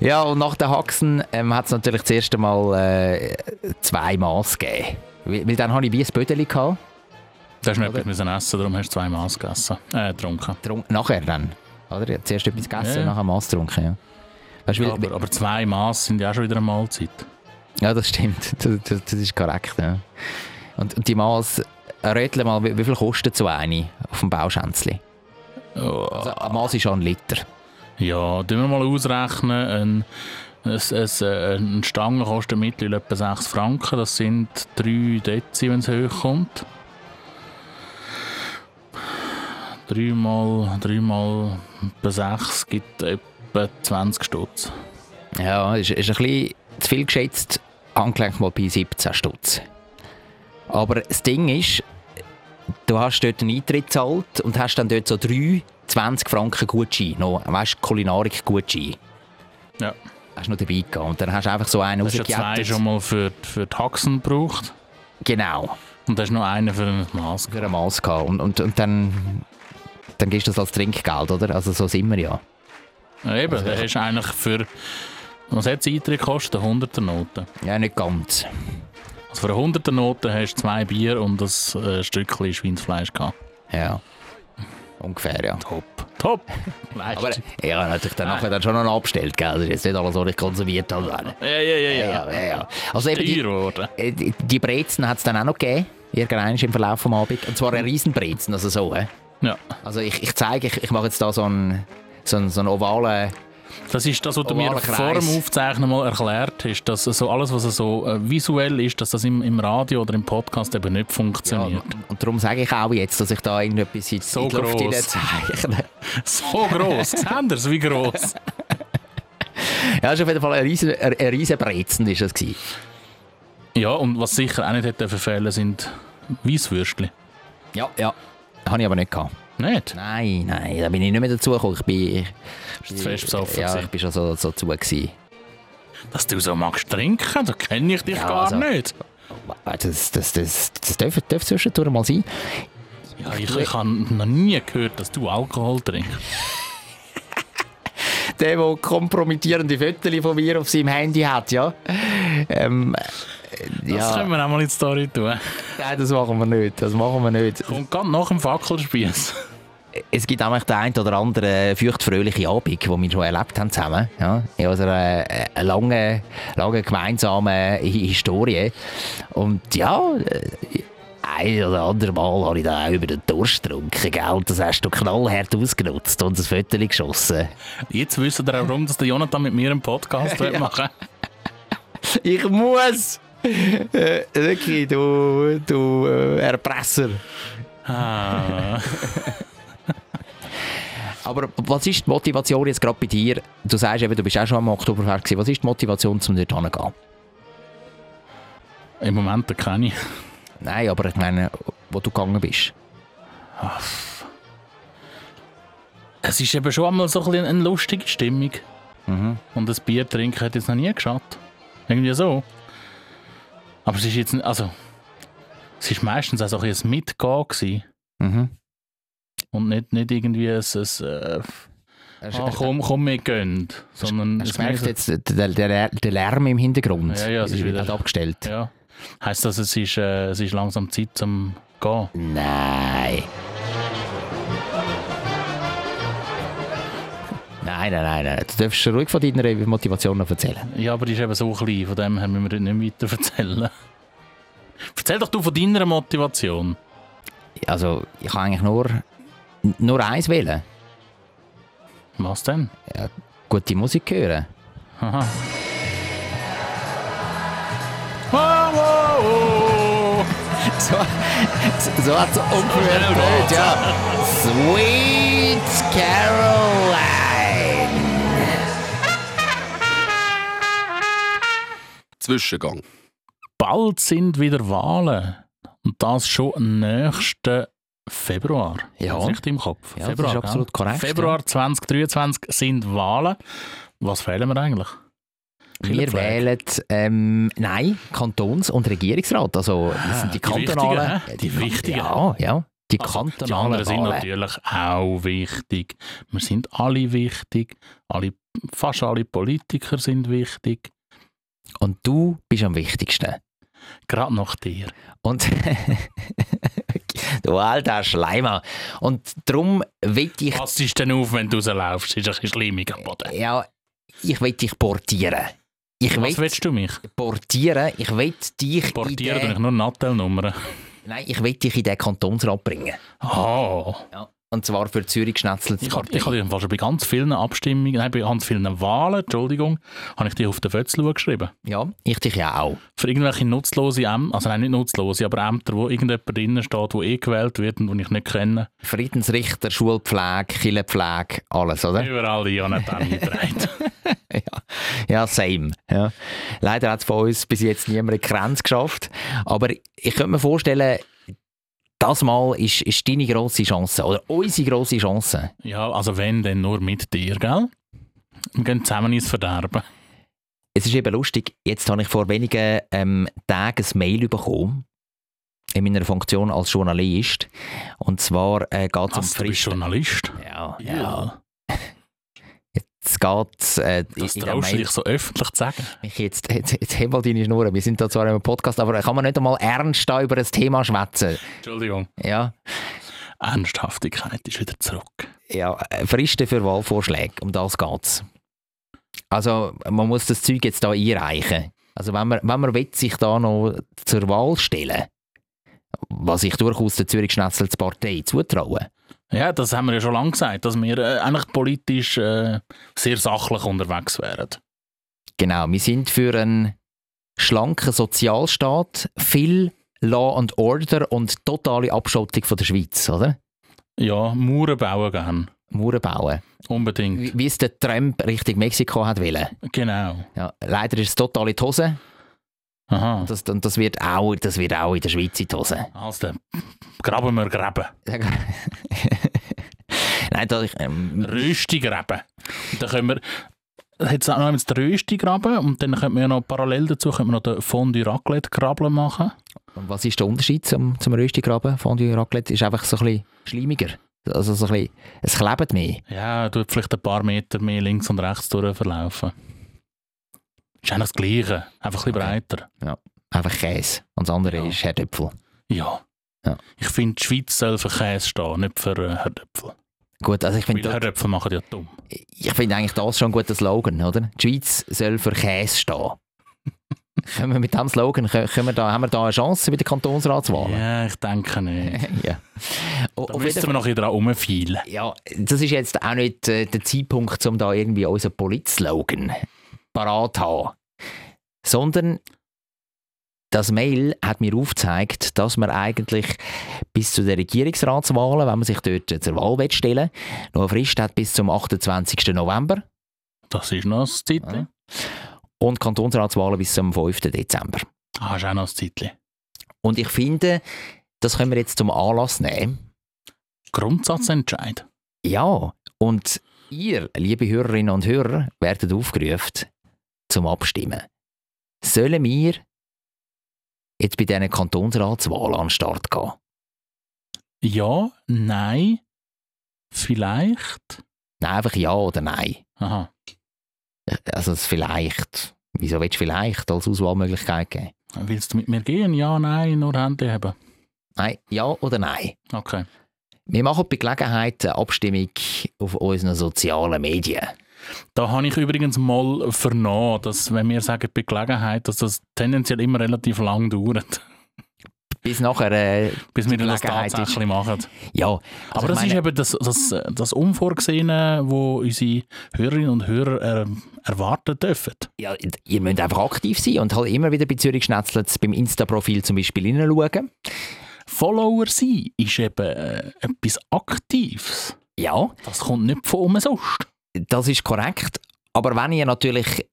S2: Ja, und nach den Haxen ähm, hat es natürlich das erste Mal äh, zwei Maß gegeben. Weil, weil dann habe ich wie ein Bödeli gehabt.
S1: Da hast du noch etwas müssen essen, darum hast du zwei Maß gegessen. Äh, getrunken.
S2: Trunk, nachher dann. Oder? Ich hab Zuerst etwas gegessen,
S1: Ja.
S2: nachher Maß getrunken, ja. Weißt, du,
S1: Ja,
S2: weil,
S1: aber, aber zwei Maß sind ja auch schon wieder eine Mahlzeit.
S2: ja, das stimmt. Das, das, das ist korrekt, ja. Und, und die Maß, rätle mal, wie, wie viel kostet so eine auf dem Bauschänzli?
S1: Oh.
S2: Also, ein Maß ist auch ein Liter.
S1: Ja, tun wir mal ausrechnen. Ein, ein, ein, ein Stange kostet mittlerweile etwa 6 Franken. Das sind 3 Dezi, wenn es hochkommt. 3 mal, 3 mal etwa 6 gibt etwa 20 Stutz.
S2: Ja, ist, ist ein bisschen zu viel geschätzt, angelenkt mal bei 17 Stutz. Aber das Ding ist, du hast dort einen Eintritt gezahlt und hast dann dort so 3, 20 Franken Gutschein, noch, weißt du, Kulinarik-Gutschein.
S1: Ja.
S2: Hast du noch dabei gehabt und dann hast du einfach so einen
S1: Du hast ja zwei
S2: rausgejagt.
S1: schon mal für, die- für die Haxen gebraucht.
S2: Genau,
S1: Und hast noch einen für eine Maske.
S2: für ein Maß gehabt. Und, und, und dann, dann gibst du das als Trinkgeld, oder? Also so sind wir ja.
S1: Ja, eben, der hast eigentlich für. Was hat es Eintritt gekostet? Eine 100er Note.
S2: Ja, nicht ganz.
S1: Also für eine 100er Note hast du zwei Bier und ein äh, Stückchen Schweinsfleisch gehabt.
S2: Ja. Ungefähr, ja.
S1: Top. Top. Leistung.
S2: Aber ich habe natürlich dann nachher dann schon noch abgestellt, gell? Das ist jetzt nicht alles, was ich konsumiert habe.
S1: ja, ja, ja, ja.
S2: Ja, ja, ja. Also eben
S1: Teuer
S2: die,
S1: geworden.
S2: äh, die- die Brezen hat es dann auch noch gegeben, irgendwann im Verlauf des Abends. Und zwar eine Riesenbrezen, also so. hä?
S1: Ja.
S2: Also ich, ich zeige, ich, ich mache jetzt da so einen, so einen, so einen ovalen...
S1: Das ist das, was du
S2: Ovaler
S1: mir vor dem
S2: Kreis.
S1: Aufzeichnen mal erklärt hast, dass so alles, was so äh, visuell ist, dass das im, im Radio oder im Podcast eben nicht funktioniert.
S2: Und, und darum sage ich auch jetzt, dass ich da irgendetwas in,
S1: So
S2: in die Luft
S1: gross.
S2: hinein zeichne.
S1: So gross. Seht ihr wie gross?
S2: Ja, das war auf jeden Fall eine riesen, eine eine riesen Brezen ist das gewesen.
S1: Ja, und was sicher auch nicht hätte verfehlen sind Weisswürstchen.
S2: Ja, ja. Habe ich aber nicht gehabt.
S1: Nicht?
S2: Nein, nein, da bin ich nicht mehr dazu gekommen. Ich bin...
S1: Bist du zu fest besoffen
S2: Ja, ich
S1: gewesen?
S2: bin schon so, so zu gewesen.
S1: Dass du so magst trinken, da kenne ich dich
S2: Ja,
S1: gar
S2: also-
S1: nicht.
S2: Das, das, das, das darf, darf zwischendurch mal sein.
S1: Ja, ich, ich habe noch nie gehört, dass du Alkohol trinkst.
S2: der, der kompromittierende Fotos von mir auf seinem Handy hat, ja. Ähm, äh,
S1: Das
S2: ja,
S1: können wir auch mal in die Story tun.
S2: nein, das machen wir nicht. Das machen wir nicht.
S1: Kommt ganz nach dem Fackelspieß.
S2: es gibt nämlich den einen oder anderen feuchtfröhliche Abend, den wir schon erlebt haben zusammen. Ja, in unserer äh, langen, langen gemeinsamen Hi- Historie. Und ja, äh, ein oder andere Mal habe ich da auch über den Durst getrunken, gell? Das hast du knallhart ausgenutzt und ein Foto geschossen.
S1: Jetzt wisst ihr auch, warum dass der Jonathan mit mir einen Podcast will machen
S2: Ich muss! Äh, Wirklich, du, du äh, Erpresser.
S1: ah,
S2: Aber was ist die Motivation jetzt gerade bei dir? Du sagst eben, du bist auch schon am Oktoberfest gewesen. Was ist die Motivation, um dort hinzugehen?
S1: Im Moment kenne ich.
S2: Nein, aber ich meine, wo du gegangen bist.
S1: Es ist eben schon einmal so ein bisschen eine lustige Stimmung. Und das Bier trinken hat jetzt noch nie geschadet. Irgendwie so. Aber es ist jetzt nicht, also es ist meistens auch so ein bisschen ein Mitgehen gewesen.
S2: Mhm.
S1: und nicht, nicht irgendwie ein, ein äh,
S2: Hast,
S1: ah, komm, komm, wir gehen, sondern
S2: hast
S1: es
S2: du gemerkt,
S1: merkt-
S2: jetzt, äh, der, der, der Lärm im Hintergrund
S1: Ja, ja, es ist wieder-
S2: hat abgestellt.
S1: ja, heißt das, es ist, äh, es ist langsam Zeit zum Gehen.
S2: Nein. Nein, nein, nein, nein. Du darfst ruhig von deiner Motivation noch erzählen.
S1: Ja, aber die ist eben so klein, von dem her müssen wir nicht weiter erzählen. Erzähl doch du von deiner Motivation.
S2: Also, ich kann eigentlich nur, nur eins wählen.
S1: Was denn?
S2: Gute Musik hören.
S1: Aha. Wow, wow, wow.
S2: So, so hat es ungefähr
S1: Genau
S2: getönt, ja. Sweet Caroline.
S8: Zwischengang.
S1: Bald sind wieder Wahlen. Und das schon am nächsten Februar.
S2: Ja.
S1: Ist das Richtig im Kopf.
S2: Ja, das ist absolut
S1: gell?
S2: korrekt,
S1: Februar 2023 sind Wahlen. Was fehlen wir eigentlich?
S2: Wir
S1: Killer-Flag.
S2: wählen, ähm, nein, Kantons- und Regierungsrat. Also, das sind die
S1: Ah, die wichtigen,
S2: kantonalen.
S1: hä? Die wichtigen.
S2: Ja, ja. Die
S1: Also,
S2: kantonalen.
S1: Die anderen sind
S2: Wahlen.
S1: natürlich auch wichtig. Wir sind alle wichtig. Alle, fast alle Politiker sind wichtig.
S2: Und du bist am wichtigsten.
S1: Gerade nach dir.
S2: Und du alter Schleimer. Und darum will ich,
S1: Pass dich denn auf, wenn du rausläufst. Ist ein bisschen schlimmig am Boden.
S2: ja, ich will dich portieren. Ich
S1: Was
S2: will
S1: willst du mich?
S2: portieren. Ich will dich
S1: Portieren
S2: in
S1: bin
S2: den,
S1: ich nur Nattelnummern.
S2: Nein, ich will dich in den Kantonsrat bringen.
S1: Oh.
S2: Und zwar für Zürich Schnetzlitz.
S1: Ich habe ich hab jedenfalls schon bei ganz vielen Abstimmungen, nein, bei ganz vielen Wahlen, Entschuldigung, habe ich dich auf den Fötzl geschrieben.
S2: Ja, ich dich ja auch.
S1: Für irgendwelche nutzlose Ämter, also nein, nicht nutzlose, aber Ämter, wo irgendjemand drinnen steht, wo eh gewählt wird und wo ich nicht kenne.
S2: Friedensrichter, Schulpflege, Killenpflege, alles, oder?
S1: Überall die Jonathan eingetragen.
S2: Ja, ja same. Ja. Leider hat es von uns bis jetzt niemand eine Grenze geschafft. Aber ich könnte mir vorstellen, das Mal ist, ist deine grosse Chance oder unsere grosse Chance.
S1: Ja, also wenn, dann nur mit dir, gell? Wir gehen zusammen ins Verderben.
S2: Es ist eben lustig, jetzt habe ich vor wenigen ähm, Tagen ein Mail bekommen in meiner Funktion als Journalist. Und zwar äh, geht es um
S1: Als Also, du bist
S2: Fristen.
S1: Journalist.
S2: Ja, ja. Jetzt geht's. Äh,
S1: Das
S2: in- in der
S1: traust du
S2: Mail-
S1: dich so öffentlich zu sagen.
S2: Mich jetzt, jetzt, jetzt heb mal deine Schnur. Wir sind da zwar im Podcast, aber kann man nicht einmal ernst da über ein Thema schwätzen?
S1: Entschuldigung.
S2: Ja,
S1: Ernsthaftigkeit ist wieder zurück.
S2: ja. äh, Fristen für Wahlvorschläge. Um das geht's. Also man muss das Zeug jetzt da einreichen. Also wenn man, wenn man will, sich da noch zur Wahl stellen, was ich durchaus der Zürich Schnetzels Partei zutraue.
S1: Ja, das haben wir ja schon lange gesagt, dass wir äh, eigentlich politisch äh, sehr sachlich unterwegs wären.
S2: Genau, wir sind für einen schlanken Sozialstaat, viel Law and Order und totale Abschottung von der Schweiz, oder?
S1: Ja, Mauern bauen gern.
S2: Mauern bauen.
S1: Unbedingt.
S2: Wie wie es der Trump Richtung Mexiko hat wollen.
S1: Genau.
S2: Ja, leider ist es total in die Hose.
S1: Aha.
S2: Das, und das wird, auch, das wird auch in der Schweiz in die Hose.
S1: Also, dann graben wir Gräben.
S2: Nein, da, ich, ähm,
S1: Rösti graben. Und dann können wir... Jetzt auch noch einmal den Rösti graben und dann können wir ja noch parallel dazu können wir noch den Fondue Raclette graben machen.
S2: was ist der Unterschied zum, zum Röstigraben? Fondue Raclette ist einfach so ein bisschen schleimiger. Also so ein bisschen, es klebt mehr.
S1: Ja, tut vielleicht ein paar Meter mehr links und rechts durch verlaufen. Ist eigentlich das Gleiche, einfach ein bisschen
S2: Okay.
S1: breiter.
S2: Einfach Käse. Und das andere
S1: Ja.
S2: ist Herdöpfel.
S1: Ja.
S2: Ja.
S1: Ich finde, die Schweiz soll für Käse stehen, nicht für äh, Herdöpfel.
S2: Gut, also ich
S1: Weil
S2: finde
S1: Herdöpfel machen ja dumm.
S2: ich finde eigentlich das schon ein guter Slogan, oder? Die Schweiz soll für Käse stehen. können wir mit diesem Slogan, können können wir da, haben wir da eine Chance bei den Kantonsratswahlen?
S1: Ja, ich denke nicht.
S2: Ja. O-
S1: Da
S2: auf jeden
S1: müssten wir noch ein bisschen dran rumfeilen.
S2: Ja, das ist jetzt auch nicht äh, der Zeitpunkt, um da irgendwie unseren Politslogan parat zu haben. Sondern das Mail hat mir aufgezeigt, dass man eigentlich bis zu den Regierungsratswahlen, wenn man sich dort äh, zur Wahl will stellen noch eine Frist hat bis zum 28. November
S1: Das ist noch ein Zeitchen.
S2: und die Kantonsratswahlen bis zum 5. Dezember.
S1: Ah, ist auch noch ein Zeitchen.
S2: Und ich finde, das können wir jetzt zum Anlass nehmen,
S1: Grundsatzentscheid.
S2: Ja, und ihr, liebe Hörerinnen und Hörer, werdet aufgerufen zum Abstimmen. Sollen wir jetzt bei diesen Kantonsratswahlen an den Start gehen?
S1: Ja, nein, vielleicht.
S2: Nein, einfach ja oder nein.
S1: Aha.
S2: Also das vielleicht. Wieso willst du vielleicht als Auswahlmöglichkeit geben?
S1: Willst du mit mir gehen? Ja, nein, nur Hände haben.
S2: Nein, ja oder nein.
S1: Okay.
S2: Wir machen bei Gelegenheit eine Abstimmung auf unseren sozialen Medien.
S1: Da habe ich übrigens mal vernommen, dass, wenn wir sagen bei Gelegenheit, dass das tendenziell immer relativ lang dauert,
S2: Bis nachher... Äh,
S1: bis wir das
S2: Gelegenheit ist-
S1: tatsächlich machen.
S2: ja. Also
S1: Aber
S2: ich
S1: das
S2: meine-
S1: ist eben das, das, das Unvorgesehene, wo unsere Hörerinnen und Hörer ähm, erwarten dürfen.
S2: ja, ihr müsst einfach aktiv sein und halt immer wieder bei Zürich Schnetzlitz beim Insta-Profil zum Beispiel hineinschauen.
S1: Follower sein ist eben äh, etwas Aktives.
S2: Ja,
S1: Das kommt nicht von umsonst.
S2: das ist korrekt. Aber wenn ihr natürlich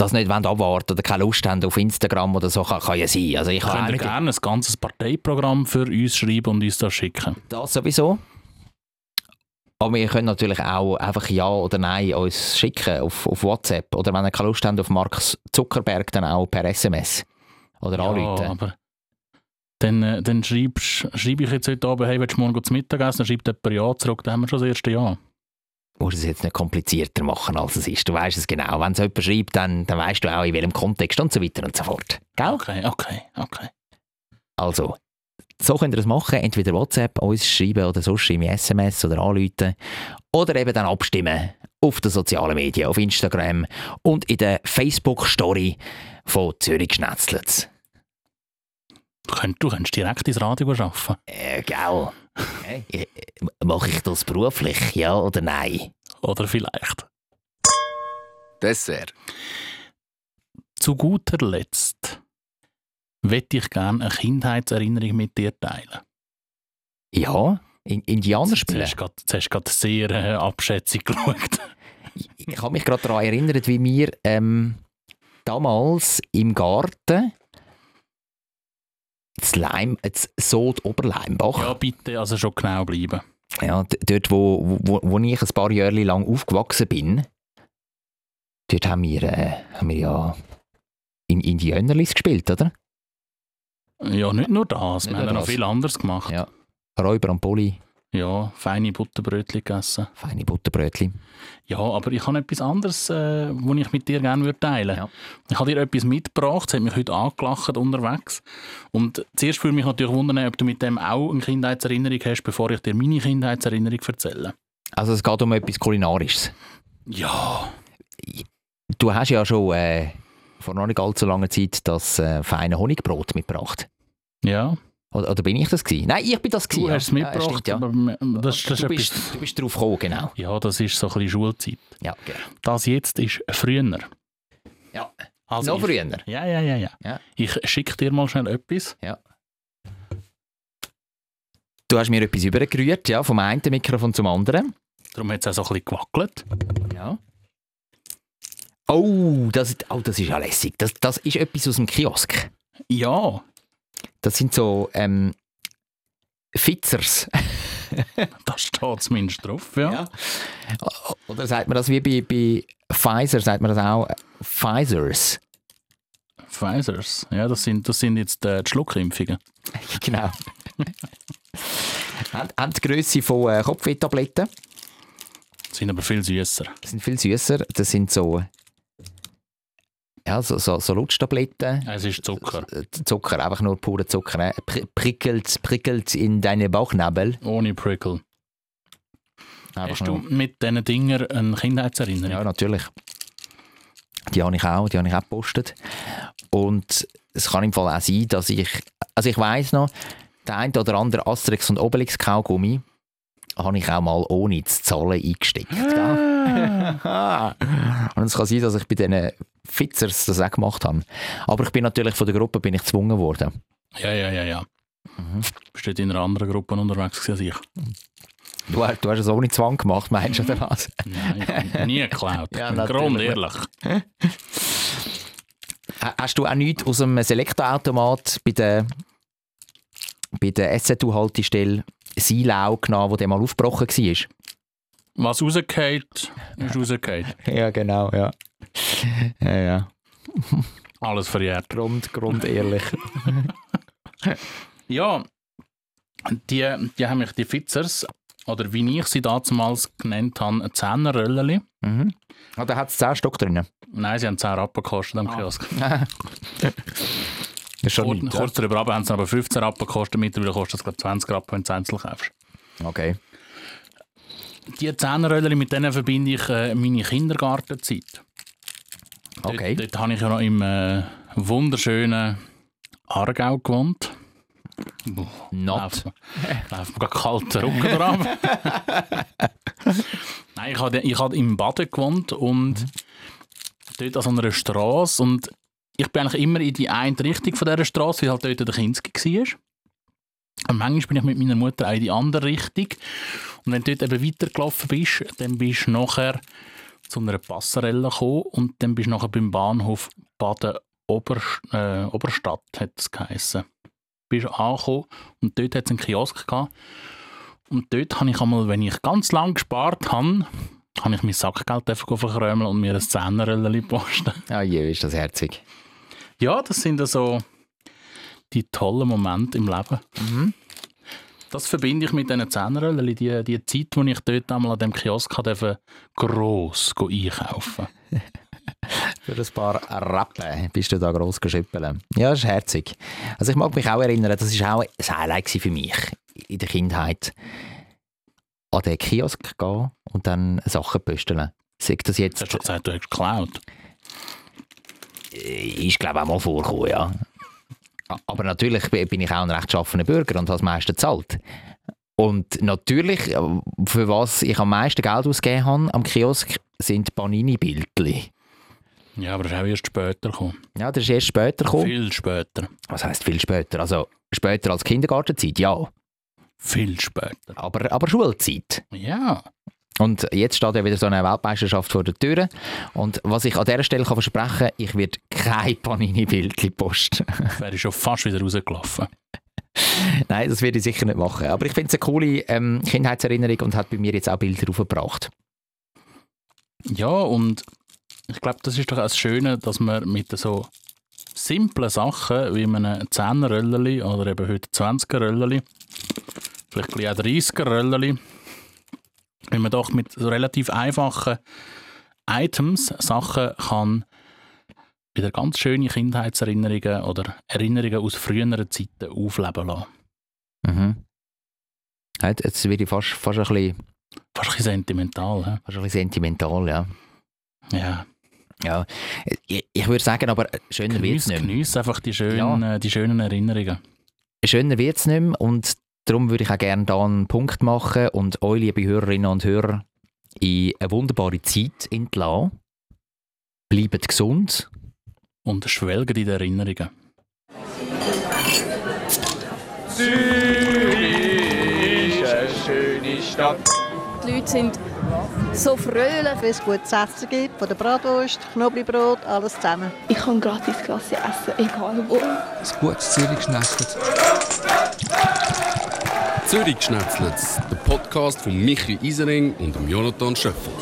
S2: das nicht wollt abwarten oder keine Lust habt auf Instagram oder so, kann, kann ja sein. Also ich kann auch
S1: Könnt ihr
S2: nicht,
S1: gerne ein ganzes Parteiprogramm für uns schreiben und uns das schicken.
S2: das sowieso. Aber ihr könnt natürlich auch einfach Ja oder Nein uns schicken auf, auf WhatsApp. Oder wenn ihr keine Lust habt auf Mark Zuckerberg, dann auch per SMS. Oder anrufen.
S1: aber dann, äh, dann schreibst, schreibe ich jetzt heute Abend, hey, willst du morgen zum Mittag essen? Dann schreibt jemand Ja zurück, dann haben wir schon das erste Ja.
S2: Du musst es jetzt nicht komplizierter machen, als es ist. Du weißt es genau. Wenn es jemand schreibt, dann, dann weißt du auch, in welchem Kontext und so weiter und so fort. Gell?
S1: Okay, okay, okay.
S2: Also, so könnt ihr es machen. Entweder WhatsApp uns schreiben oder sonst im SMS oder anrufen. Oder eben dann abstimmen auf den sozialen Medien, auf Instagram und in der Facebook-Story von Zürich Schnetzlitz.
S1: Du könntest, du könntest direkt ins Radio arbeiten.
S2: Äh, gell? Äh, Mache ich das beruflich, ja oder nein?
S1: Oder vielleicht.
S8: Dessert.
S1: Zu guter Letzt möchte ich gerne eine Kindheitserinnerung mit dir teilen.
S2: Ja? In Indianer
S1: Du
S2: spielen?
S1: hast gerade- jetzt hast du gerade sehr äh, abschätzig geschaut.
S2: Ich- Ich habe mich gerade daran erinnert, wie wir ähm, damals im Garten das Leim, das Sod Oberleimbach,
S1: Ja, bitte, also schon genau bleiben.
S2: Ja, d- dort, wo, wo, wo ich ein paar Jahre lang aufgewachsen bin, dort haben wir, äh, haben wir ja in Indianerlis gespielt, oder?
S1: Ja, nicht nur das,
S2: Nicht
S1: wir haben
S2: nur
S1: ja noch
S2: das.
S1: viel anderes gemacht.
S2: Ja.
S1: Ja,
S2: Räuber am Poli,
S1: feine Butterbrötchen gegessen.
S2: feine Butterbrötli.
S1: Ja, aber ich habe etwas anderes, äh, was ich mit dir gerne würde teilen
S2: Ja.
S1: Ich habe dir etwas mitgebracht, es hat mich heute angelacht unterwegs. Und zuerst würde mich natürlich wundern, ob du mit dem auch eine Kindheitserinnerung hast, bevor ich dir meine Kindheitserinnerung erzähle.
S2: Also es geht um etwas Kulinarisches.
S1: Ja,
S2: Du hast ja schon äh, vor noch nicht allzu langer Zeit das äh, feine Honigbrot mitgebracht.
S1: ja.
S2: Oder, oder bin ich das gewesen? Nein, ich bin das gewesen.
S1: Du hast es
S2: ja. Ja,
S1: mitgebracht.
S2: stimmt, ja.
S1: aber m- das, das ist
S2: du,
S1: etwas,
S2: bist, du bist drauf gekommen, genau.
S1: ja, das ist so ein bisschen Schulzeit.
S2: Ja, genau.
S1: Das jetzt ist früher.
S2: Ja.
S1: Also
S2: Noch
S1: ich-
S2: früher.
S1: Ja, ja, ja, ja.
S2: Ja.
S1: Ich schicke dir mal schnell etwas.
S2: Du hast mir etwas übergerührt, ja, vom einen Mikrofon zum anderen.
S1: Darum hat es auch so ein bisschen gewackelt.
S2: Ja. Oh, das, oh, das ist ja lässig. Das, das ist etwas aus dem Kiosk.
S1: Ja,
S2: Das sind so ähm, Fitzers.
S1: da steht zumindest drauf. Ja.
S2: Ja. Oder sagt man das wie bei, bei Pfizer, sagt man das auch? äh, Pfizers.
S1: Pfizers. Ja, das sind, das sind jetzt äh, die Schluckimpfungen.
S2: Genau. haben, haben die Größe von äh, Kopfwehtabletten.
S1: Sind aber viel süßer.
S2: Das sind viel süßer. Das sind so. Ja, so, so, so Lutschtabletten.
S1: Es ist Zucker.
S2: Äh, Zucker, einfach nur pure Zucker. Ne? Pri- Prickelt, prickelt in deine Bauchnabel.
S1: Ohne Prickle.
S2: Einfach
S1: Hast du
S2: nur-
S1: mit diesen Dinger eine Kindheitserinnerung?
S2: Ja, natürlich. Die habe ich auch, die habe ich auch gepostet. Und es kann im Fall auch sein, dass ich, also ich weiß noch, der ein oder andere Asterix und Obelix Kaugummi habe ich auch mal ohne zu zahlen eingesteckt. gell? und es kann sein, dass ich bei diesen Fitzers das auch gemacht habe. Aber ich bin natürlich von der Gruppe bin ich gezwungen worden.
S1: Ja, Mhm. ja, ja, ja. Bist du dort in einer anderen Gruppe unterwegs gewesen als ich?
S2: Du, hast- du hast es ohne Zwang gemacht, meinst du, oder was?
S1: Nein, ich habe nie geklaut.
S2: Ja,
S1: Ja,
S2: natürlich.
S1: Grundehrlich.
S2: Ha- Hast du auch nichts aus einem Selektorautomat bei der, bei der SZU-Haltestelle Silau genommen, wo der mal aufgebrochen war?
S1: Was rausgeht, ist rausgeht.
S2: Ja, genau, ja. Ja, ja.
S1: Alles verjährt.
S2: Grund, Grund, ehrlich.
S1: Ja, die, die haben mich die Fitzers, oder wie ich sie damals genannt habe, Zehnerrölleli.
S2: mhm. Ah, da hat es 10 Stück drin.
S1: Nein, sie haben 10 Rappen gekostet am Kiosk.
S2: Das ist schon
S1: Kur
S2: nichts,
S1: kurz darüber haben sie aber 15 Rappen gekostet, mittlerweile kostet es glaube ich 20 Rappen, wenn du es einzeln kaufst.
S2: ja. Okay.
S1: Die Zehnerrölleli, mit denen verbinde ich äh, meine Kindergartenzeit.
S2: Okay.
S1: Dort, dort habe ich ja noch im äh, wunderschönen Aargau gewohnt. Läuft
S2: Not.
S1: mir- läuft mir gerade kalt der Rücken drauf. Nein, ich habe ich hab im Baden gewohnt und dort an so einer Straße und ich bin eigentlich immer in die eine Richtung von dieser Straße, weil halt dort der Kinski war. Und manchmal bin ich mit meiner Mutter auch in die andere Richtung. Und wenn du dort eben weitergelaufen bist, dann bist du nachher zu einer Passerelle gekommen und dann bist du nachher beim Bahnhof Baden-Oberstadt, äh, Oberstadt hat es geheissen bist angekommen und dort hat es einen Kiosk gehabt. Und dort habe ich einmal, wenn ich ganz lang gespart habe, habe ich mein Sackgeld einfach verkrömeln und mir ein Zehnerröllchen posten.
S2: Ah je, ist das herzig.
S1: Ja, das sind so die tollen Momente im Leben. Das verbinde ich mit diesen Zehnerröllchen, die, die Zeit, wo ich dort einmal an dem Kiosk hatte, durfte, gross go einkaufen.
S2: Für ein paar Rappen bist du da gross geschippelt. Ja, das ist herzig. Also ich mag mich auch erinnern, das war auch ein Highlight gewesen für mich in der Kindheit. An den Kiosk gehen und dann Sachen posteln. Sag das
S1: Jetzt
S2: jetzt,
S1: hast du schon gesagt, du hast geklaut.
S2: äh, ist glaube ich auch mal vorgekommen, ja. A- Aber natürlich bi- bin ich auch ein rechtschaffener Bürger und habe das meiste gezahlt. Und natürlich, äh, für was ich am meisten Geld ausgegeben habe am Kiosk, sind Panini-Bildchen.
S1: Ja, aber das ist auch erst später gekommen.
S2: Ja, das ist erst später gekommen.
S1: Viel später.
S2: Was heißt viel später? Also später als Kindergartenzeit, ja.
S1: Viel später.
S2: Aber, aber Schulzeit.
S1: Ja.
S2: Und jetzt steht ja wieder so eine Weltmeisterschaft vor der Tür. Und was ich an dieser Stelle kann versprechen kann, ich werde kein Panini-Bildchen posten.
S1: wäre ich schon fast wieder rausgelaufen.
S2: Nein, das werde ich sicher nicht machen. Aber ich finde es eine coole ähm, Kindheitserinnerung und hat bei mir jetzt auch Bilder aufgebracht.
S1: Ja, und ich glaube, das ist doch auch das Schöne, dass man mit so simplen Sachen wie einem 10er-Röllchen oder eben heute 20er-Röllchen, vielleicht gleich auch 30er-Röllchen, wenn man doch mit so relativ einfachen Items Sachen kann wieder ganz schöne Kindheitserinnerungen oder Erinnerungen aus früheren Zeiten aufleben lassen.
S2: Mhm. Ja, Jetzt werde ich fast, fast, ein bisschen,
S1: Fast ein bisschen sentimental,
S2: fast ein bisschen sentimental, ja.
S1: hä? ja.
S2: ja. Ich, ich würde sagen, aber schöner wird es
S1: Genieß,
S2: nicht mehr.
S1: genieß einfach die schönen, die schönen Erinnerungen.
S2: schöner wird es nicht mehr und darum würde ich auch gerne da einen Punkt machen und euch, liebe Hörerinnen und Hörer, in eine wunderbare Zeit entlassen. Bleibt gesund.
S1: und schwelgen in den Erinnerungen.
S4: Die Leute sind so fröhlich.
S5: Wenn es gutes Essen gibt, von der Bratwurst, Knoblauchbrot, alles zusammen.
S6: Ich kann gratis Klasse essen, egal wo.
S7: Ein gutes Zürich geschnetzelt.
S8: Zürich Schnetzlitz, der Podcast von Michi Isering und dem Jonathan Schöffel.